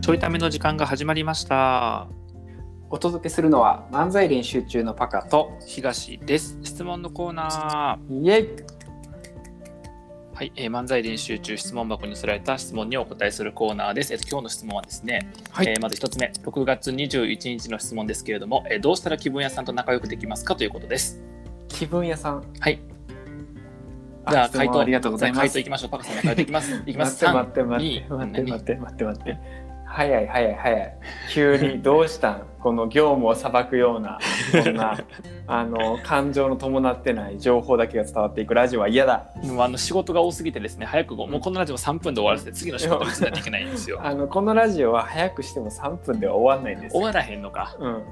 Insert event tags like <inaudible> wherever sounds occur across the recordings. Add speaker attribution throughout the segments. Speaker 1: ちょいための時間が始まりました。
Speaker 2: お届けするのは漫才練習中のパカと
Speaker 1: 東です。質問のコーナ
Speaker 2: イエイ
Speaker 1: ー。はい、えー漫才練習中質問箱に寄せられた質問にお答えするコーナーです。えっと今日の質問はですね、
Speaker 2: はい
Speaker 1: えーまず一つ目、6月21日の質問ですけれども、えーどうしたら気分屋さんと仲良くできますかということです。
Speaker 2: 気分屋さん
Speaker 1: はい、
Speaker 2: あ
Speaker 1: じゃあ
Speaker 2: 質問
Speaker 1: 回答
Speaker 2: ありがとうございま
Speaker 1: 回
Speaker 2: す
Speaker 1: 答いきましょう。パカさんの回答いきます。
Speaker 2: <laughs>
Speaker 1: いきま
Speaker 2: 待っ
Speaker 1: す。
Speaker 2: て
Speaker 1: 3
Speaker 2: 待って待って待って待って待って待って早い早い早い急にどうしたんこの業務を裁くようなこ
Speaker 1: <laughs>
Speaker 2: んなあの感情の伴ってない情報だけが伝わっていくラジオは嫌だ
Speaker 1: もうあの仕事が多すぎてですね、早くごもうこのラジオ3分で終わらせて次の仕事に移らないといけないんですよ。
Speaker 2: あのこのラジオは早くしても3分では終わんないんです
Speaker 1: 終
Speaker 2: よ、
Speaker 1: わらへんのか、
Speaker 2: うん、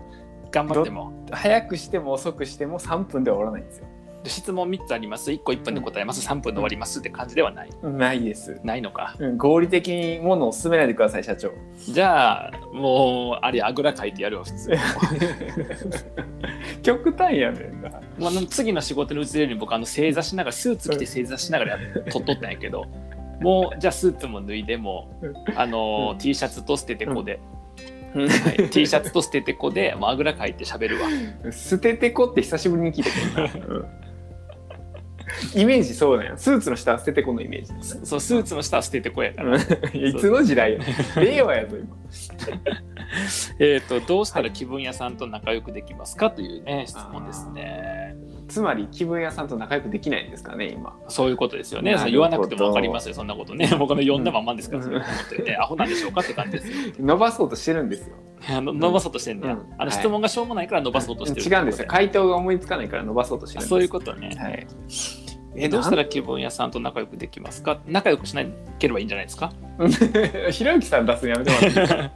Speaker 1: 頑張っても。
Speaker 2: 早くしても遅くしても3分では終わらないんですよ
Speaker 1: 質問3つあります1個1分で答えます3分で終わりますって感じではない
Speaker 2: ないです、
Speaker 1: ないのか
Speaker 2: うん、合理的にものを進めないでください社長
Speaker 1: じゃあもうあれあぐらかいてやるわ普通
Speaker 2: <laughs> 極端やねんな
Speaker 1: もうあの次の仕事に移れるように僕あの正座しながらスーツ着て正座しながらやっとっとったんやけどもうじゃあスーツも脱いでも
Speaker 2: うん
Speaker 1: あの、
Speaker 2: うん
Speaker 1: T シャツと捨ててこで、
Speaker 2: う
Speaker 1: は
Speaker 2: ん
Speaker 1: い T シャツと捨ててこでもうあぐらかいて喋るわ
Speaker 2: 捨ててこって久しぶりに聞いたけどなイメージそうなんやスーツの下は捨ててこのイメージです、
Speaker 1: そうスーツの下は捨ててこやから、
Speaker 2: うんいつの時代や令和やぞ今
Speaker 1: えっとどうしたら気分屋さんと仲良くできますかというね質問ですね
Speaker 2: つまり気分屋さんと仲良くできないんですかね今
Speaker 1: そういうことですよね。
Speaker 2: なる
Speaker 1: そ
Speaker 2: ほ
Speaker 1: う
Speaker 2: ど
Speaker 1: 言わなくても分かりますよ、そんなことね。 <laughs> 僕の呼んだまんまですから、
Speaker 2: うん
Speaker 1: それ思ってね、アホなんでしょうかって感じですよ。
Speaker 2: 伸ばそうとしてるんですよ
Speaker 1: <laughs> あの伸ばそうとしてんだよ。
Speaker 2: うん
Speaker 1: あの
Speaker 2: はい
Speaker 1: 質問がしょうもないから伸ばそうとしてるってこ
Speaker 2: 違
Speaker 1: と。
Speaker 2: うんですよ回答が思いつかないから伸ばそうとして
Speaker 1: あ
Speaker 2: るんです
Speaker 1: そういうことね。
Speaker 2: はい <laughs>
Speaker 1: えどうしたら気分屋さんと仲良くできますか仲良くしなければいいんじゃない <laughs> ですか
Speaker 2: ひろゆきさん出すのやめてもらっていい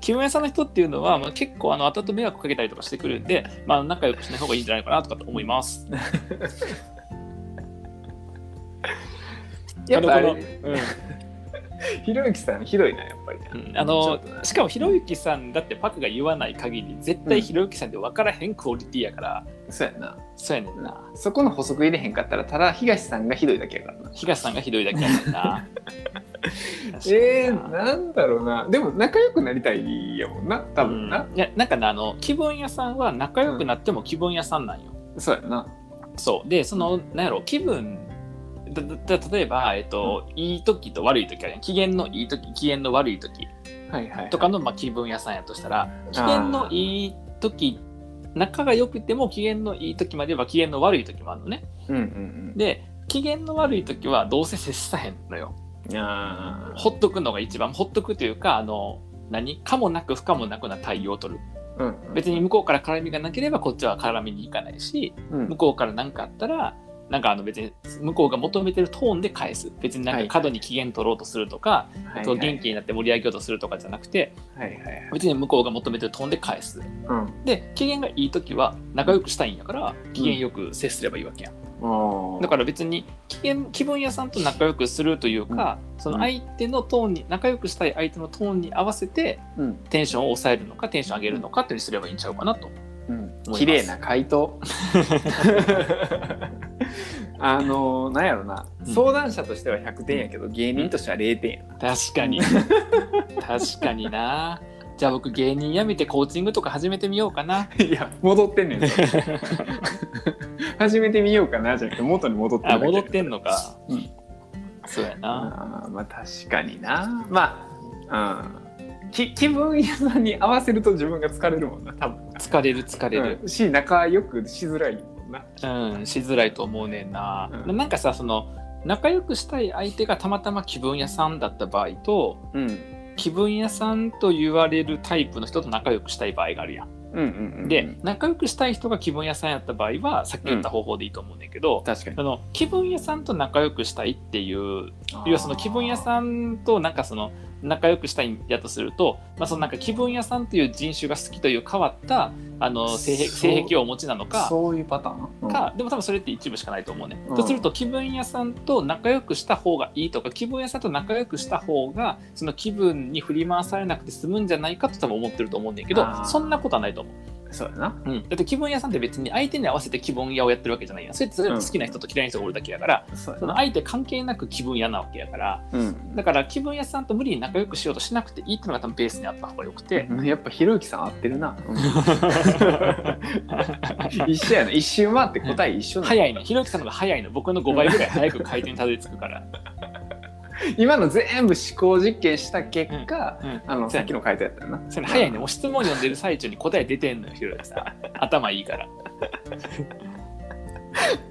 Speaker 1: 気分屋さんの人っていうのは、まあ、結構あの後々迷惑かけたりとかしてくるんで、まあ、仲良くしない方がいいんじゃないかなとかと思います。
Speaker 2: やっぱあれ、
Speaker 1: あの
Speaker 2: うん、 <laughs> ひろゆきさんひどいなやっぱり
Speaker 1: うんあ
Speaker 2: ちょ
Speaker 1: の
Speaker 2: っとね
Speaker 1: しかもひろゆきさんだってパクが言わない限り絶対ひろゆきさんって分からへんクオリティやから、
Speaker 2: そうやな
Speaker 1: そうやねんな。
Speaker 2: そこの補足入れへんかったらただ東さんがひどいだけやからな
Speaker 1: 東さんがひどいだけやねん
Speaker 2: <laughs>
Speaker 1: な。
Speaker 2: え
Speaker 1: 確か
Speaker 2: ー、
Speaker 1: にな
Speaker 2: なんだろうなでも仲良くなりたいやもんな多分な、
Speaker 1: うんいやなんかねあの気分屋さんは仲良くなっても気分屋さんなんよ。
Speaker 2: そうやな
Speaker 1: そうでそのなんやろ気分だだだ例えば、えっといい時と悪い時あるやん機嫌のいい時機嫌の悪い時
Speaker 2: はいはい、はい、
Speaker 1: とかの、まあ、気分屋さんやとしたら機嫌のいい時仲が良くても機嫌のいい時までは機嫌の悪い時もあるのね。
Speaker 2: うんうん
Speaker 1: で機嫌の悪い時はどうせ接さへんのよ。
Speaker 2: うんあ
Speaker 1: ほっとくのが一番ほっとくというかあの何かもなく不可もなくな対応を取る
Speaker 2: ーうん
Speaker 1: 別に向こうから絡みがなければこっちは絡みに行かないし
Speaker 2: うん
Speaker 1: 向こうから何かあったらなんかあの別に向こうが求めてるトーンで返す別になん
Speaker 2: は
Speaker 1: か
Speaker 2: い
Speaker 1: 過度に機嫌取ろうとするとか、
Speaker 2: はい
Speaker 1: そう
Speaker 2: はい
Speaker 1: 元気になって盛り上げようとするとかじゃなくて
Speaker 2: はいはいはい
Speaker 1: 別に向こうが求めてるトーンで返す
Speaker 2: うん
Speaker 1: で機嫌がいい時は仲良くしたいんやから機嫌よく接すればいいわけやん
Speaker 2: おー
Speaker 1: だから別に気分気分屋さんと仲良くするというか、その相手のトーンに仲良くしたい相手のトーンに合わせて
Speaker 2: うん
Speaker 1: テンションを抑えるのかテンション上げるのかっていうのにすればいいんちゃうかなと。
Speaker 2: うん
Speaker 1: 思います
Speaker 2: 綺麗な回答 <laughs> あのーなんやろな、
Speaker 1: ん
Speaker 2: 相談者としては100点やけど芸人としては0点やな
Speaker 1: 確か <laughs> に確かにな。じゃあ僕芸人辞めてコーチングとか始めてみようかな。
Speaker 2: <laughs> いや戻ってんねん <laughs> それ始めてみようかなじゃなくて元に戻ってる
Speaker 1: あ
Speaker 2: だけ
Speaker 1: 戻ってんのか。
Speaker 2: うん
Speaker 1: そうやな。
Speaker 2: あーまあ確かになまあ、うん、き気分屋さんに合わせると自分が疲れるもんな多分
Speaker 1: 疲れる疲れる。
Speaker 2: うん、し仲良くしづらいもんな
Speaker 1: うん、しづらいと思うねんな。
Speaker 2: うん
Speaker 1: なんかさその仲良くしたい相手がたまたま気分屋さんだった場合と、
Speaker 2: うん
Speaker 1: 気分屋さんと言われるタイプの人と仲良くしたい場合があるやん。
Speaker 2: うんうんうん
Speaker 1: で仲良くしたい人が気分屋さんやった場合はさっき言った方法でいいと思うんだけど、
Speaker 2: 確かに
Speaker 1: あの気分屋さんと仲良くしたいっていう要はその気分屋
Speaker 2: ん
Speaker 1: さんとなんかその仲良くしたいんやとすると、まあ、そのなんか気分屋さんという人種が好きという変わったあの性癖
Speaker 2: そう
Speaker 1: 性癖をお持ちなのか。
Speaker 2: そういうパターン、うん
Speaker 1: かでも多分それって一部しかないと思うね。
Speaker 2: うん
Speaker 1: とすると気分屋さんと仲良くした方がいいとか気分屋さんと仲良くした方がその気分に振り回されなくて済むんじゃないかと多分思ってると思うんだけど
Speaker 2: あー
Speaker 1: そんなことはないと思う。
Speaker 2: そうやな。
Speaker 1: うん、だって気分屋さんって別に相手に合わせて気分屋をやってるわけじゃないやんそれって例えば好きな人と嫌いな人がおるだけやから、
Speaker 2: そうや
Speaker 1: その
Speaker 2: な。
Speaker 1: 相手関係なく気分屋なわけやから
Speaker 2: うん。
Speaker 1: だから気分屋さんと無理に仲良くしようとしなくていいっていうのが多分ベースにあった方がよくて、
Speaker 2: やっぱひろゆきさん合ってるな。
Speaker 1: <laughs>
Speaker 2: 一緒やな。一周回って答え一緒なの。
Speaker 1: 早いねひろゆきさんの方が早いの僕の5倍ぐらい早く回転にたどり着くから、
Speaker 2: 今の全部思考実験した結果、
Speaker 1: うん、
Speaker 2: あのさっきの回答やったよな。
Speaker 1: それね早いねもう質問読んでる最中に答え出てんのよひろゆき <laughs> さん頭いいから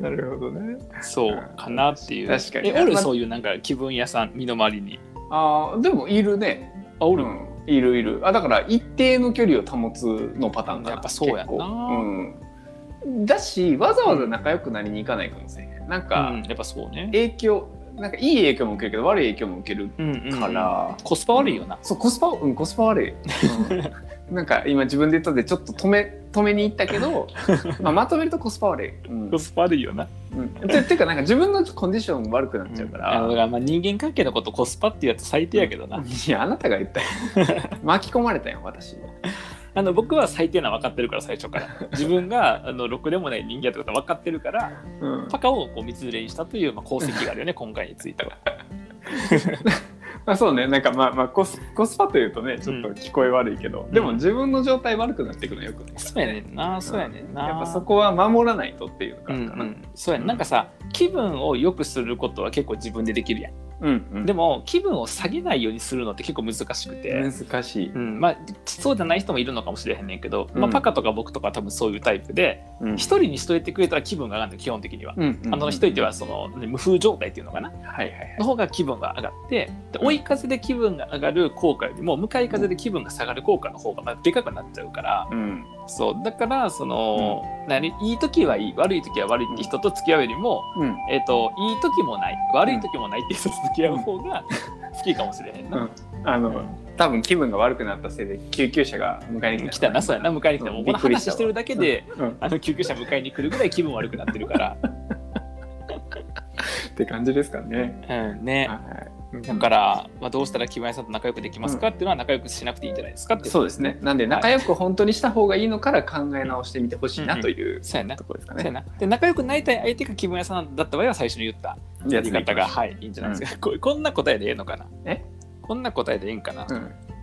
Speaker 2: なるほどね。
Speaker 1: そうかなっていう
Speaker 2: 確かに
Speaker 1: えおる
Speaker 2: まあ
Speaker 1: そういうなんか気分屋さん身の回りに
Speaker 2: ああでもいるね。
Speaker 1: あお
Speaker 2: う
Speaker 1: る、
Speaker 2: ん、いるいる。あだから一定の距離を保つのパターンかな。
Speaker 1: やっぱそうやんな
Speaker 2: 結構うん。だしわざわざ仲良くなりに行かないかもしれへん。なんか、
Speaker 1: うんやっぱそうね
Speaker 2: 影響なんかいい影響も受けるけど悪い影響も受ける
Speaker 1: うんうんうん
Speaker 2: から。
Speaker 1: コスパ悪いよな、
Speaker 2: そうコスパ、うん、コスパ悪い、
Speaker 1: <laughs>
Speaker 2: うんなんか今自分で言ったでちょっと止め止めに行ったけど、まあ、まとめるとコスパ悪い、うん
Speaker 1: コスパ悪いよな
Speaker 2: うん、てていうかなんか自分のコンディション悪くなっちゃうから、
Speaker 1: だからまあ人間関係のことコスパっていうやつ最低やけどな、
Speaker 2: いやあなたが言ったよ <laughs> 巻き込まれたよ私
Speaker 1: あの僕は最低なの分かってるから最初から自分があのろくでもない人間やってことは分かってるから
Speaker 2: うん
Speaker 1: パカをこう蜜連れにしたという、まあ、功績があるよね今回については
Speaker 2: まあ、そうねなんかまあまあコスコスパというとねちょっと聞こえ悪いけど、でも自分の状態悪くなっていくのよくね、
Speaker 1: そうやねんなそうやねんな、
Speaker 2: やっぱそこは守らないとっていうの
Speaker 1: う
Speaker 2: があ
Speaker 1: んう
Speaker 2: るかな、
Speaker 1: ん、そうやねなんかさ気分を良くすることは結構自分でできるやん
Speaker 2: うんうん
Speaker 1: でも気分を下げないようにするのって結構難しくて、
Speaker 2: 難しい、
Speaker 1: うんまあ、そうじゃない人もいるのかもしれへんねんけど、ま
Speaker 2: う
Speaker 1: あ、
Speaker 2: ん
Speaker 1: パカとか僕とかは多分そういうタイプで
Speaker 2: うん
Speaker 1: 一、人にしといてくれたら気分が上がるの基本的には。
Speaker 2: うんうん
Speaker 1: あの一人ではその無風状態っていうのかな
Speaker 2: はいはいはい
Speaker 1: の方が気分が上がってで追い風で気分が上がる効果よりも向かい風で気分が下がる効果の方がまあでかくなっちゃうから
Speaker 2: うん
Speaker 1: そうだからその、何いい時はいい悪い時は悪いって人と付き合うよりも、
Speaker 2: うん
Speaker 1: えっといい時もない悪い時もないって人と付き合う方が好きかもしれへんな。
Speaker 2: あの多分気分が悪くなったせいで救急車が迎えに
Speaker 1: 来たな、そうやな、迎えに来た。
Speaker 2: うん
Speaker 1: もうこの
Speaker 2: びっくり
Speaker 1: 話
Speaker 2: したわ
Speaker 1: してるだけで、
Speaker 2: うん、
Speaker 1: あの救急車迎えに来るぐらい気分悪くなってるから。
Speaker 2: って感じですかね。
Speaker 1: うん、ね。
Speaker 2: はい、
Speaker 1: だから、まあ、どうしたら木村さんと仲良くできますかっていうのは仲良くしなくていいんじゃないですかってい
Speaker 2: そうですね。なんで仲良く本当にした方がいいのから考え直してみてほしいなという
Speaker 1: そうやな。
Speaker 2: ところですか
Speaker 1: そうや
Speaker 2: ね。
Speaker 1: な。で、仲良くなりたい相手が木村さんだった場合は最初に言ったやり方が、はい、いいんじゃないですか。こうこんな答えでええのかな。
Speaker 2: え
Speaker 1: こんな答えでええんかな。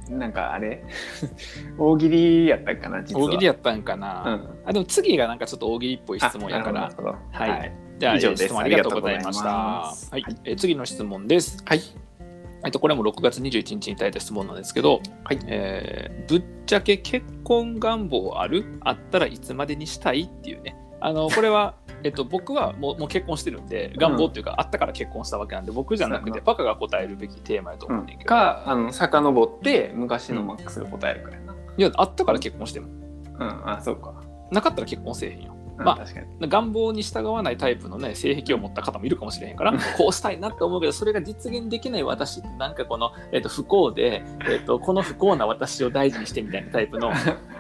Speaker 2: うん、なんかあれ <laughs> 大喜利やったんかな実は。
Speaker 1: 大喜利やったんか
Speaker 2: う
Speaker 1: な。
Speaker 2: ん。
Speaker 1: あ、でも次がなんかちょっと大喜利っぽい質問やか
Speaker 2: あな
Speaker 1: ら
Speaker 2: る。ほどなるほど
Speaker 1: はいじゃあ、
Speaker 2: 以上です
Speaker 1: 質問ありがとうございました。
Speaker 2: あ
Speaker 1: はい
Speaker 2: りがとうございますはい、
Speaker 1: えー次の質問です。
Speaker 2: はい。
Speaker 1: えっと、これも6月21日にいただいた質問なんですけど、
Speaker 2: はい
Speaker 1: えーぶっちゃけ結婚願望あるあったらいつまでにしたいっていうね。あ <laughs> の、これは、えっと、僕はもうもう結婚してるんで、願望っていうか、あったから結婚したわけなんで、僕じゃなく
Speaker 2: そう
Speaker 1: て、
Speaker 2: や
Speaker 1: パカが答えるべきテーマやと
Speaker 2: う
Speaker 1: 思うんねんだけど、
Speaker 2: かあの遡って昔のマックスが答えるからな。
Speaker 1: いや、あったから結婚しても、
Speaker 2: うん、あそうか。
Speaker 1: なかったら結婚せえへんよ。
Speaker 2: うん
Speaker 1: まあ
Speaker 2: 確かに。
Speaker 1: 願望に従わないタイプのね性癖を持った方もいるかもしれへんからこうしたいなって思うけどそれが実現できない私ってなんかこの、えっと不幸で、えっとこの不幸な私を大事にしてみたいなタイプ
Speaker 2: <laughs>
Speaker 1: の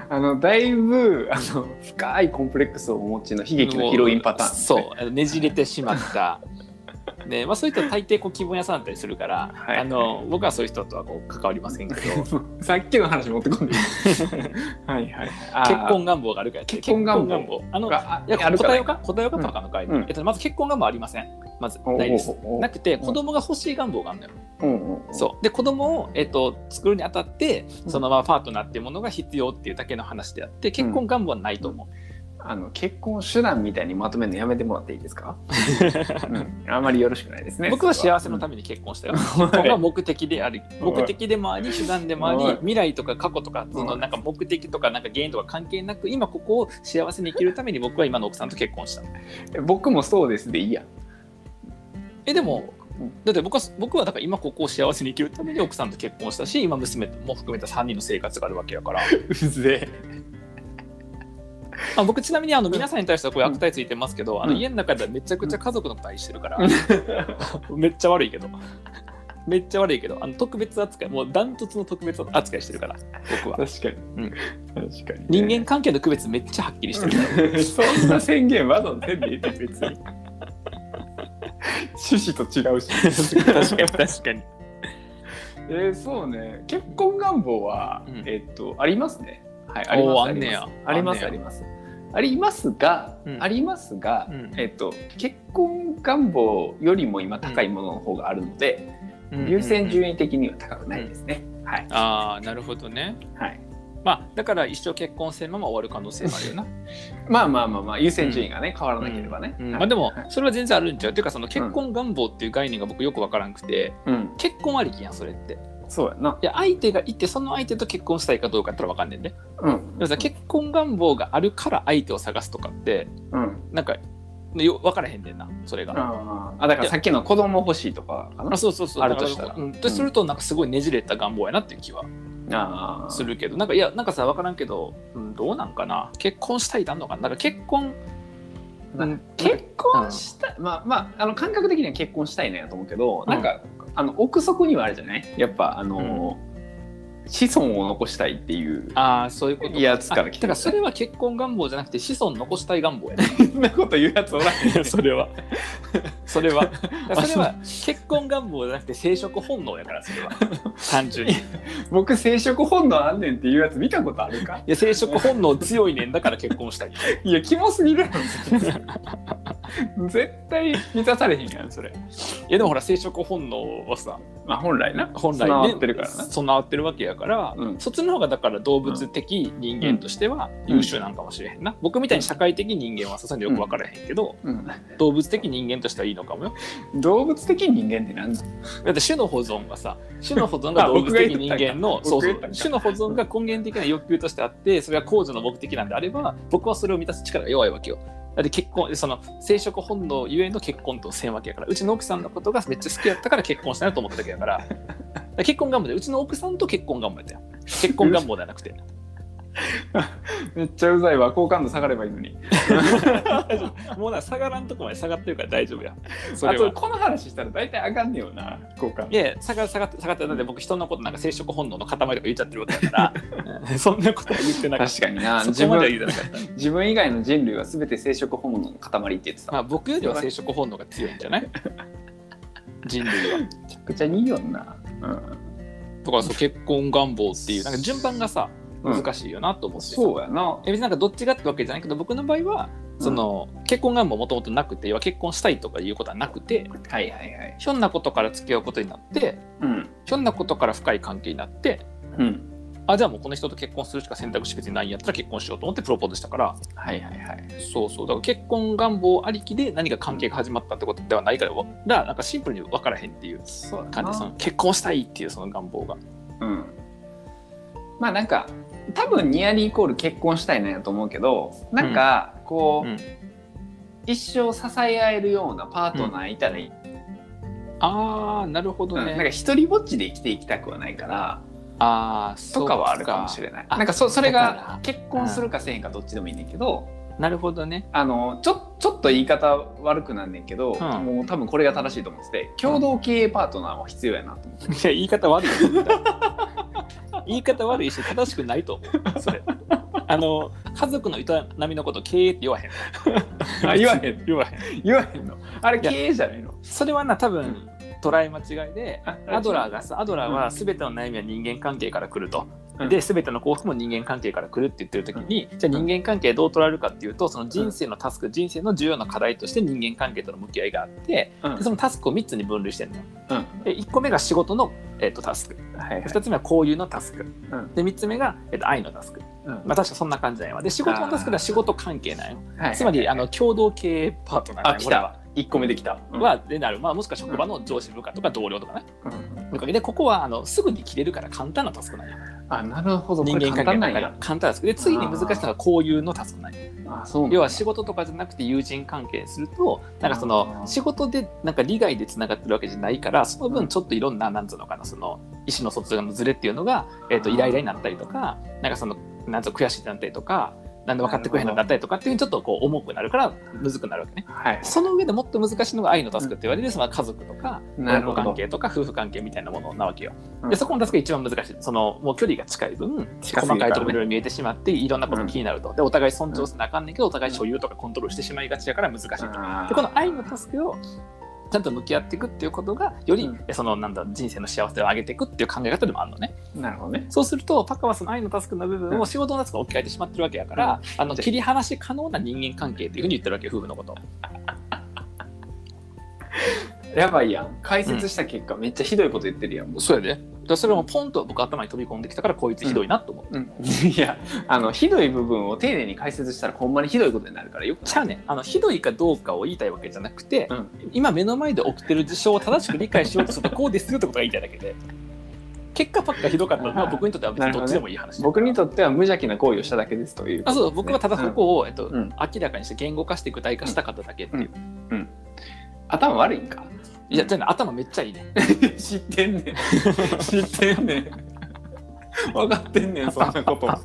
Speaker 2: あのだいぶあの深いコンプレックスをお持ちの悲劇のヒロインパターン、
Speaker 1: そうあのねじれてしまった。ねまあ、そういった大抵こう気分屋さんだったりするから、
Speaker 2: はい
Speaker 1: あの僕はそういう人とはこう関わりませ
Speaker 2: <laughs>
Speaker 1: んけど結
Speaker 2: うさっきの話持って
Speaker 1: <laughs>
Speaker 2: こんでいいはいはい
Speaker 1: 婚願望があるからやって
Speaker 2: 結婚願望
Speaker 1: 結婚あの
Speaker 2: が
Speaker 1: いや
Speaker 2: あるか
Speaker 1: 答
Speaker 2: ら
Speaker 1: えようか答えようかとかの会、
Speaker 2: うん
Speaker 1: えっと、まず結婚願望ありませんまずないですなくて子供が欲しい願望があるのよ
Speaker 2: う
Speaker 1: そうで子供をえっと作るにあたって
Speaker 2: うん
Speaker 1: そのままパートナーっていうものが必要っていうだけの話であって結婚願望はないと思う、
Speaker 2: あの結婚手段みたいにまとめるのやめてもらっていいで
Speaker 1: <laughs>
Speaker 2: すか、うん、あんまりよろしくないですね
Speaker 1: 僕は幸せのために結婚
Speaker 2: <laughs>
Speaker 1: したよ、結婚が目的であり
Speaker 2: おい
Speaker 1: 目的でもあり手段でもあ
Speaker 2: おい
Speaker 1: り未来とか過去とかその
Speaker 2: うん
Speaker 1: なんか目的とかなんか原因とか関係なく今ここを幸せに生きるために僕は今の奥さんと結婚した
Speaker 2: め僕もそうですでいいや
Speaker 1: えでも
Speaker 2: うん
Speaker 1: だって僕は僕はだから今ここを幸せに生きるために奥さんと結婚したし今娘も含めた3人の生活があるわけやから
Speaker 2: うぜ
Speaker 1: あ僕ちなみにあの皆さんに対してはこういう悪態ついてますけど、あの
Speaker 2: うん
Speaker 1: 家の中ではめちゃくちゃ家族のこと愛してるから、めっちゃ悪いけどめっちゃ悪いけどあの特別扱いもうダントツの特別扱いしてるから僕は
Speaker 2: 確かに、
Speaker 1: うん
Speaker 2: 確かにね、
Speaker 1: <laughs> 人間関係の区別めっちゃはっきりしてるから
Speaker 2: 間 <laughs> そんな宣言わざわざ全部言って
Speaker 1: <laughs>
Speaker 2: 別に趣旨と違う
Speaker 1: <laughs>
Speaker 2: し
Speaker 1: 確かに
Speaker 2: えーそうね結婚願望は、
Speaker 1: うん
Speaker 2: えっとありますねはい、あります
Speaker 1: おーあんねや
Speaker 2: あります
Speaker 1: あ
Speaker 2: あ
Speaker 1: んね
Speaker 2: りますありますが、
Speaker 1: うん
Speaker 2: ありますが、
Speaker 1: うん
Speaker 2: えっと、結婚願望よりも今高いものの方があるので、優先
Speaker 1: 位。
Speaker 2: 順位的には高くないですね、はい
Speaker 1: ああ、なるほどね。
Speaker 2: はい
Speaker 1: まあ、だから一生結婚せんまま終わる可能性もあるよな。
Speaker 2: まあまあまあまあ優先順位がね、変わらなければね、
Speaker 1: うん
Speaker 2: はい
Speaker 1: まあでも
Speaker 2: はい
Speaker 1: それは全然あるんちゃうっていうかその結婚願望っていう概念が僕よくわからんくて、
Speaker 2: うん
Speaker 1: 結婚ありきやんそれって
Speaker 2: そうやない
Speaker 1: や相手がいてその相手と結婚したいかどうかやったらわかんねんね
Speaker 2: うん
Speaker 1: でもさ結婚願望があるから相手を探すとかって
Speaker 2: うん
Speaker 1: なんかよ分からへんねんなそれが、
Speaker 2: あーあだからさっきの子供欲しいとかかな
Speaker 1: あそうそうそう
Speaker 2: あるとしたら
Speaker 1: うん、とするとなんかすごいねじれた願望やなっていう気は
Speaker 2: あー
Speaker 1: するけどなんかいやなんかさ分からんけど、うん、どうなんかな結婚したいってあんのかななんか結婚、
Speaker 2: う
Speaker 1: うんん、
Speaker 2: 結婚したい、まあまああの感覚的には結婚したいなやと思うけど、
Speaker 1: うん
Speaker 2: なんかあの奥底にはあれじゃないやっぱあの、子孫を残したいっていう
Speaker 1: ああそういうこと
Speaker 2: やつから
Speaker 1: あ
Speaker 2: 来て
Speaker 1: だ
Speaker 2: る
Speaker 1: からそれは結婚願望じゃなくて子孫残したい願望やね
Speaker 2: そんなこと言うやつおらん <laughs>
Speaker 1: それは。 <laughs> それは。それは結婚願望じゃなくて生殖本能やから、それ
Speaker 2: <laughs>
Speaker 1: は。単純に。い
Speaker 2: 僕生殖本能あんねんっていうやつ見たことあるか
Speaker 1: <laughs> や、生殖本能強いねんだから結婚したい。
Speaker 2: いやキモすぎるやん絶対満たされへんやんそれ
Speaker 1: いや、でもほら、生殖本能はさ、
Speaker 2: まあ本来な
Speaker 1: 本
Speaker 2: 備わ
Speaker 1: 来
Speaker 2: ってるからな
Speaker 1: 備わってるわけやから、
Speaker 2: うん
Speaker 1: そっちの方がだから動物的人間としては
Speaker 2: うん
Speaker 1: 優秀なんかもしれへんな。僕みたいに社会的人間はさすがによく分からへんけど、
Speaker 2: う
Speaker 1: 動物的人間としてはいいのかもよ。
Speaker 2: ん、動物的人間ってなんだ
Speaker 1: だって種の保存が <laughs> さ種の保存が
Speaker 2: あ
Speaker 1: 動
Speaker 2: 僕
Speaker 1: 物
Speaker 2: が言っ
Speaker 1: 的
Speaker 2: たん
Speaker 1: 人
Speaker 2: か
Speaker 1: 間のそ
Speaker 2: 僕
Speaker 1: うそ
Speaker 2: が言っ
Speaker 1: う
Speaker 2: たんか
Speaker 1: 種の保存が根源的な欲求としてあってそれは控除の目的なんであれば僕はそれを満たす力が弱いわけよだって結婚その生殖本能ゆえの結婚とせんわけやからうちの奥さんのことがめっちゃ好きやったから結婚したいなと思っただけやからだから結婚願望でうちの奥さんと結婚願望やったよ結婚願望じゃなくて
Speaker 2: めっちゃうざいわ好感度下がればいいのに
Speaker 1: 大丈夫 <laughs> もうな下がらんとこまで下がってるから大丈夫やそ
Speaker 2: あ
Speaker 1: れは
Speaker 2: とこの話したら大体あかんねよな好感
Speaker 1: いやいや下が下がって下がってだって僕人のことなんか生殖本能の塊とか言っちゃってるわけだから <laughs> そんなことは言ってなかった
Speaker 2: 確か
Speaker 1: <laughs>
Speaker 2: にな
Speaker 1: そ
Speaker 2: 自
Speaker 1: こまでは言
Speaker 2: 分
Speaker 1: い出なかった。
Speaker 2: 自分以外の人類は全て生殖ホモの塊って言ってた
Speaker 1: まあ、僕よりは生殖本能が強いんじゃない人類は。
Speaker 2: めちゃくちゃいいよな、うん
Speaker 1: とかそう
Speaker 2: <laughs>
Speaker 1: 結婚願望っていうなんか順番がさ
Speaker 2: うん、
Speaker 1: 難しいよなと思ってさ、
Speaker 2: そうやな
Speaker 1: え別になんかどっちがってわけじゃないけど僕の場合はその、結婚願望もともとなくて要は結婚したいとかいうことはなくて
Speaker 2: はいはいはい
Speaker 1: ひょんなことから付き合うことになって
Speaker 2: うん
Speaker 1: ひょんなことから深い関係になって
Speaker 2: うん
Speaker 1: あじゃあもうこの人と結婚するしか選択肢別にないんやったら結婚しようと思ってプロポーズしたから
Speaker 2: はいはいはい
Speaker 1: そうそうだから結婚願望ありきで何か関係が始まったってことではないからだからなんかシンプルに分からへんっていう
Speaker 2: そうや
Speaker 1: 感じその結婚したいっていうその願望が
Speaker 2: うんまあなんか多分ニアリーイコール結婚したいなんやと思うけどなんかこう、
Speaker 1: うん
Speaker 2: 一生支え合えるようなパートナーいたらいい、
Speaker 1: ああなるほど
Speaker 2: うん
Speaker 1: ね、
Speaker 2: なんか一人ぼっちで生きていきたくはないから
Speaker 1: ああ
Speaker 2: とかはあるかもしれない
Speaker 1: あ
Speaker 2: なんかそそれ
Speaker 1: だか
Speaker 2: が
Speaker 1: ら
Speaker 2: 結婚するかせえへんかどっちでもいいねんけど、
Speaker 1: ないなるほどね <laughs>
Speaker 2: あのちょちょっと言い方悪くなんねんけど、
Speaker 1: ん
Speaker 2: もう多分これが正しいと思ってて共同経営パートナーは必要やなと思って、
Speaker 1: いや言い方悪いよ <laughs> 言い方悪いし正しくないと思
Speaker 2: <laughs>
Speaker 1: うそれあの家族の営みのこと経営って言わへん
Speaker 2: <laughs> あ言わへ
Speaker 1: <laughs>
Speaker 2: ん
Speaker 1: 言わへん
Speaker 2: 言わへんのあれ
Speaker 1: いや
Speaker 2: 経営じゃないの
Speaker 1: それはな多分、
Speaker 2: うん
Speaker 1: 捉え間違いで
Speaker 2: あ
Speaker 1: アドラーがさアドラーは全ての悩みは人間関係から来ると、
Speaker 2: うん
Speaker 1: で全ての幸福も人間関係から来るって言ってる時に、じゃあ人間関係どう捉えるかっていうとその人生のタスク、人生の重要な課題として人間関係との向き合いがあって
Speaker 2: うんうん
Speaker 1: でそのタスクを3つに分類してるのよ
Speaker 2: うん
Speaker 1: で1個目が仕事の、えっとタスク
Speaker 2: はいはい
Speaker 1: 2つ目は交友のタスク、
Speaker 2: ん
Speaker 1: で3つ目が、えっと愛のタスク、
Speaker 2: うん
Speaker 1: まあ、確かそんな感じなんやわで仕事のタスクでは仕事関係なんよ
Speaker 2: はいはい
Speaker 1: つまりあの共同経営パートナーなん
Speaker 2: あ
Speaker 1: よ
Speaker 2: 来
Speaker 1: これは
Speaker 2: た1個目できた、うん
Speaker 1: はでなる、まあ、もしくは職場の上司部下とか同僚とかね、
Speaker 2: うん
Speaker 1: おかげでここはあのすぐに切れるから簡単なタスクなんや
Speaker 2: あなるほど
Speaker 1: 人
Speaker 2: これ
Speaker 1: 間
Speaker 2: 簡
Speaker 1: 関係
Speaker 2: 単な
Speaker 1: だ
Speaker 2: ん
Speaker 1: から
Speaker 2: や
Speaker 1: 簡単なタスクで次に難しいのが交友のタスクなんや
Speaker 2: あそうなんだ
Speaker 1: 要は仕事とかじゃなくて友人関係にするとなんかそ
Speaker 2: あ
Speaker 1: の
Speaker 2: ー
Speaker 1: 仕事でなんか利害でつながってるわけじゃないからその
Speaker 2: うん
Speaker 1: 分ちょっといろんななんつうのかなその意思の疎通のズレっていうのが、えー、とイライラになったりとかなんかそのなんつうの悔しいってなったりとかなんで分かってくれへんのだったりとかっていうふうにちょっとこう重くなるからむずくなるわけね。
Speaker 2: はい
Speaker 1: その上でもっと難しいのが愛のタスクって言われる、その家族とか
Speaker 2: な
Speaker 1: 親
Speaker 2: るほ
Speaker 1: 子
Speaker 2: ど
Speaker 1: 関係とか夫婦関係みたいなものなわけよ。
Speaker 2: うん
Speaker 1: でそこのタスクが一番難しいそのもう距離が近い分
Speaker 2: 近すぎ
Speaker 1: 細
Speaker 2: る
Speaker 1: から
Speaker 2: かね
Speaker 1: いところいろいろ見えてしまっていろんなことが気になると、でお互い尊重せなあかんねんけどお互い所有とかコントロールしてしまいがちやから難しいと、
Speaker 2: あー
Speaker 1: でこの愛のタスクをちゃんと向き合っていくっていうことがより、
Speaker 2: う
Speaker 1: そのなんだ人生の幸せを上げていくっていう考え方でもあるのね
Speaker 2: なるほどね。
Speaker 1: そうするとパカはその愛のタスクの部分
Speaker 2: う
Speaker 1: を仕事のタスクが置き換えてしまってるわけやから、あの切り離し可能な人間関係っていうふうに言ってるわけよ夫婦のこと
Speaker 2: やばいやん。解説した結果、めっちゃひどいこと言ってるやん。もう
Speaker 1: そうやでだからそれもポンと僕頭に飛び込んできたからこいつひどいなと思って、
Speaker 2: うん、いやあのひどい部分を丁寧に解説したらほんまにひどいことになるからよく
Speaker 1: じゃあねあのひどいかどうかを言いたいわけじゃなくて、
Speaker 2: うん
Speaker 1: 今目の前で起きてる事象を正しく理解しようとするとこうですよってことが言いたいだけで結果パッカひどかったのは僕にとっては別にどっちでもいい話、
Speaker 2: 僕にとっては無邪気な行為をしただけですという
Speaker 1: あそう僕はただそこを、えっと
Speaker 2: うん
Speaker 1: 明らかにして言語化して具体化したかっただけっていう、
Speaker 2: 頭悪いんか
Speaker 1: いやじゃあね頭めっちゃいいね
Speaker 2: <laughs> 知ってんねん知ってんねん分かってんねんそんなこと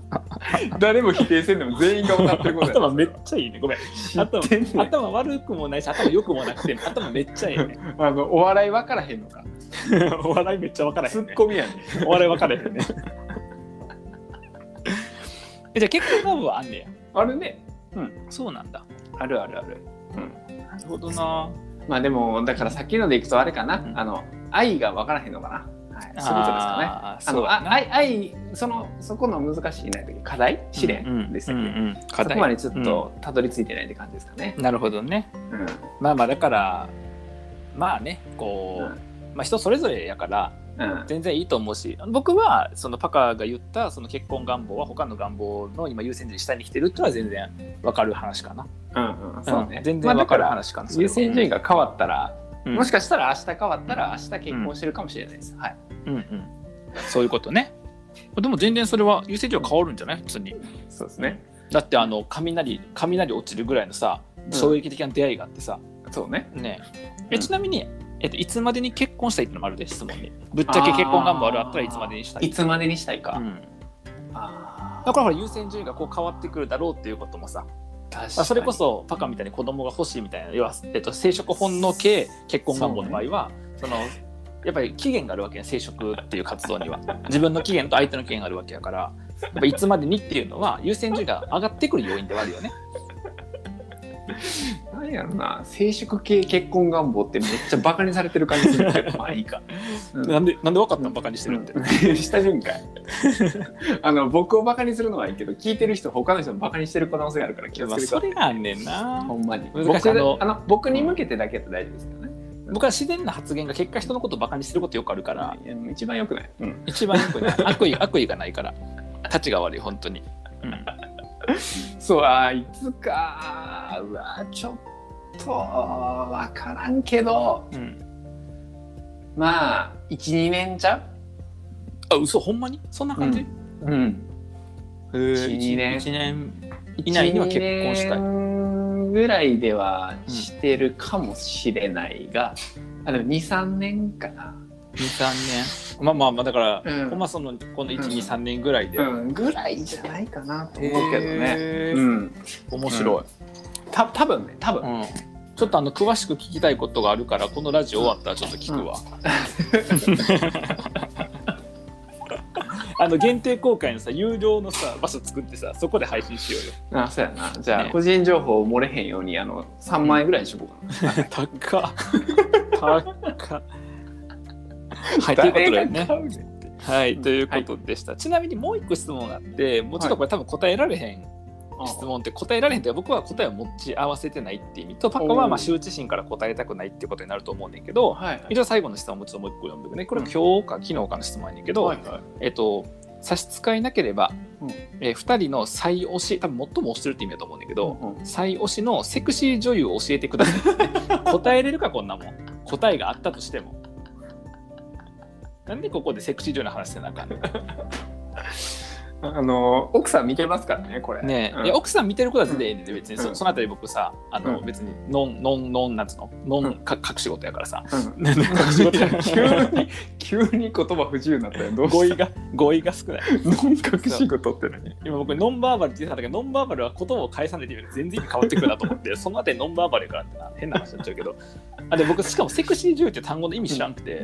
Speaker 2: <laughs> 誰も否定せんでも全員が分かってること
Speaker 1: <laughs> 頭めっちゃいいねごめん
Speaker 2: や知ってんねん
Speaker 1: 頭悪くもないし頭良くもなくて頭めっちゃいいね
Speaker 2: あのお笑い分からへんのか
Speaker 1: お <laughs> 笑いめっちゃ分からへ
Speaker 2: ツ
Speaker 1: ん
Speaker 2: ッ
Speaker 1: ね
Speaker 2: コミやねん
Speaker 1: お笑い分からへんね <laughs> えじゃあ結婚多分はあんねや
Speaker 2: あるね
Speaker 1: そうなんだ
Speaker 2: あるあるある
Speaker 1: なるほどな
Speaker 2: まあでもだからさっきのでいくとあれかな、
Speaker 1: うん
Speaker 2: あの愛が分からへんのかな、はい、そういうことですかね
Speaker 1: あー
Speaker 2: あ
Speaker 1: そう
Speaker 2: の
Speaker 1: や
Speaker 2: あ
Speaker 1: な
Speaker 2: 愛愛そのそこの難しいな課題試練ですよね、
Speaker 1: うんうんうん
Speaker 2: そこまでちょっとたどり着いてないって感じですかね
Speaker 1: う、んなるほどね
Speaker 2: うん
Speaker 1: まあまあだからまあねこう、
Speaker 2: うん
Speaker 1: まあ人それぞれやから
Speaker 2: うん
Speaker 1: 全然いいと思うし僕はそのパカが言ったその結婚願望は他の願望の今優先順位下に来てるっていうのは全然わかる話かな、
Speaker 2: うんうんそうね、
Speaker 1: ん全然わかる
Speaker 2: まあだ
Speaker 1: 話かな、
Speaker 2: ら優先順位が変わったら、
Speaker 1: うん
Speaker 2: もしかしたら明日変わったら明日結婚してるかもしれないです、はい
Speaker 1: うんうん、そういうことねでも全然それは優先順位は変わるんじゃない普通に
Speaker 2: そうですね
Speaker 1: だってあの雷雷落ちるぐらいのさ衝撃的な出会いがあってさ、
Speaker 2: そうね
Speaker 1: ね
Speaker 2: う
Speaker 1: え
Speaker 2: ん
Speaker 1: ちなみに、えっと、いつまでに結婚したいってのもあるで質問にぶっちゃけ結婚願望あるあったらいつまでにしたい
Speaker 2: いつまでにしたいか、
Speaker 1: うん、
Speaker 2: あ
Speaker 1: だからほら優先順位がこう変わってくるだろうっていうこともさ
Speaker 2: ー確かに
Speaker 1: まあ、それこそパカみたいに子供が欲しいみたいな要は、えっと、生殖本能系結婚願望の場合はそ、のやっぱり期限があるわけね生殖っていう活動には自分の期限と相手の期限があるわけやからやっぱいつまでにっていうのは優先順位が上がってくる要因ではあるよね。
Speaker 2: なんやろな生殖系結婚願望ってめっちゃバカにされてる感じするけ
Speaker 1: <laughs>
Speaker 2: どまあいいか、うん
Speaker 1: んでなんで分かバカにし
Speaker 2: うん <laughs> した瞬間あの僕をバカにするのはいいけど聞いてる人他の人もバカにしてる可能性があるから気をつ
Speaker 1: まあ、
Speaker 2: けてくだ
Speaker 1: そ
Speaker 2: さい
Speaker 1: れがあんねんな
Speaker 2: ほんまに
Speaker 1: 難しい
Speaker 2: 僕あの
Speaker 1: あの
Speaker 2: あの僕に向けてだけだと大丈夫ですけどね
Speaker 1: 僕は自然な発言が結果人のことをバカにすることよくあるから
Speaker 2: いや一番良くない、うん
Speaker 1: 一番よくない <laughs> 悪意悪意がないからたちが悪い本当に、うん
Speaker 2: そうあーいつかうわーちょっとわからんけど
Speaker 1: うん、
Speaker 2: まあ12年ちゃ
Speaker 1: あ嘘ほんまにそんな感じ、
Speaker 2: うううん12年
Speaker 1: 1年以内には結婚したい
Speaker 2: 12年ぐらいではしてるかもしれないが、あでも23年かな
Speaker 1: 23年まあまあまあだから、
Speaker 2: うん
Speaker 1: ほんまそのこの
Speaker 2: うん
Speaker 1: 123、年ぐらいで、
Speaker 2: うん、ぐらいじゃないかなと
Speaker 1: へ
Speaker 2: 思
Speaker 1: ー
Speaker 2: うけどね。うん、
Speaker 1: 面白い、
Speaker 2: た多分ね多分、
Speaker 1: うんちょっとあの詳しく聞きたいことがあるからこのラジオ終わったらちょっと聞くわ、 <laughs> あの限定公開のさ有料のさ場所作ってさそこで配信しよ
Speaker 2: あそうやなじゃあ、
Speaker 1: ね
Speaker 2: 個人情報漏れへんようにあの3万円ぐらいにしとこうか
Speaker 1: うよ高っ高っはい
Speaker 2: な、
Speaker 1: ということでね
Speaker 2: 誰が買うねん
Speaker 1: はいということでした、ちなみにもう一個質問があってもうちょっとこれ多分答えられへん質問って答えられへんというか僕は答えを持ち合わせてないっていう意味とパカはまあ羞恥心から答えたくないっていうことになると思うねんけど
Speaker 2: はいはい
Speaker 1: 一応最後の質問もちょっともう一個読んでくねこれは今日か昨日かの質問やねんけど、
Speaker 2: はいはい
Speaker 1: えっと差し支えなければ、
Speaker 2: うん
Speaker 1: えー、2人の最推し多分最も推してるって意味だと思うねんだけど、
Speaker 2: うんうん
Speaker 1: 最推しのセクシー女優を教えてください <laughs> 答えれるかこんなもん答えがあったとしてもなんでここでセクシー女優の話してなあかんの
Speaker 2: あの奥さん見てますからねこれ
Speaker 1: ねえ、
Speaker 2: うん
Speaker 1: いや奥さん見てることは全然ええねんで別にそ,、
Speaker 2: うん
Speaker 1: そのあたり僕さあの、
Speaker 2: うん
Speaker 1: 別にノンノンノンなんつうのノ
Speaker 2: う
Speaker 1: ンか隠し事やからさ
Speaker 2: うん
Speaker 1: 隠し事やから
Speaker 2: 急に急に言葉不自由になったよど
Speaker 1: <laughs>
Speaker 2: う
Speaker 1: 語
Speaker 2: し
Speaker 1: 彙
Speaker 2: た
Speaker 1: が語彙が少ない
Speaker 2: 何隠し事って何
Speaker 1: 今僕ノンバーバルって言ってたんだけどノンバーバルは言葉を返さないというより全然意味変わってくるなと思ってそのあたりノンバーバルやからってな変な話になっちゃうけどあで僕しかもセクシー女優っていう単語の意味知らんくて、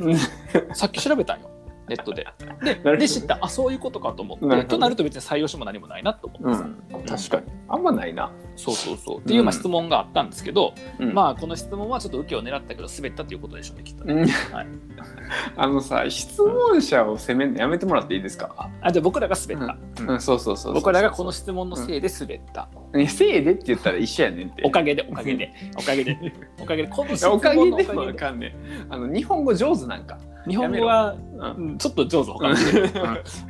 Speaker 1: さっき調べたんよネットで。で
Speaker 2: ほど
Speaker 1: で知ったあそういうことかと思って
Speaker 2: なるほど
Speaker 1: となると別に採用しても何もないなと思ってさ、
Speaker 2: 確かにあんまないな、
Speaker 1: そうそうそうっていうまあ質問があったんですけど、
Speaker 2: うん
Speaker 1: まあこの質問はちょっと受けを狙ったけど滑ったということでしょうねきっとね。
Speaker 2: うん
Speaker 1: はい
Speaker 2: <laughs> あのさ質問者を責めるのやめてもらっていいですか、
Speaker 1: あじゃあ僕らが滑った、
Speaker 2: うんそうそうそうそう
Speaker 1: 僕らがこの質問のせいで滑った、
Speaker 2: いやせいでって言ったら一緒やねんって
Speaker 1: おかげでおかげでおかげ
Speaker 2: <laughs>
Speaker 1: でおかげでこの
Speaker 2: い
Speaker 1: 質
Speaker 2: やお
Speaker 1: 問
Speaker 2: かげ
Speaker 1: のお
Speaker 2: で
Speaker 1: か
Speaker 2: もわ
Speaker 1: げで
Speaker 2: かんねんあの日本語上手なんか、
Speaker 1: 日本語は
Speaker 2: うん
Speaker 1: うんちょっと上手他の人 <laughs> より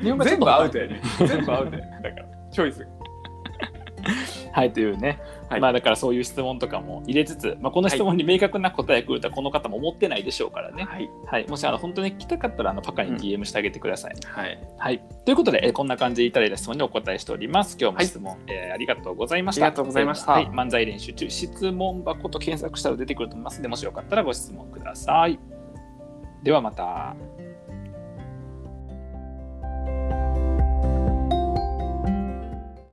Speaker 1: 日本語はちょっ
Speaker 2: 全
Speaker 1: と
Speaker 2: 部
Speaker 1: 他
Speaker 2: ア
Speaker 1: の
Speaker 2: ウ
Speaker 1: 人
Speaker 2: ト
Speaker 1: よ
Speaker 2: や
Speaker 1: り
Speaker 2: ね全部アウトやねだからチョイス
Speaker 1: はいというね、
Speaker 2: はい
Speaker 1: まあだからそういう質問とかも入れつつ、まあ、この質問に明確な答えが来るとはこの方も思ってないでしょうからね、
Speaker 2: はい
Speaker 1: はい、もしあの本当に来たかったらあのパカに DM してあげてください、
Speaker 2: はい
Speaker 1: はい、ということで、えーこんな感じでいただいた質問にお答えしております。今日も質問、えーありがとうございました。
Speaker 2: ありがとうございました
Speaker 1: はい、漫才練習中、質問箱と検索したら出てくると思いますので、もしよかったらご質問ください。ではまた。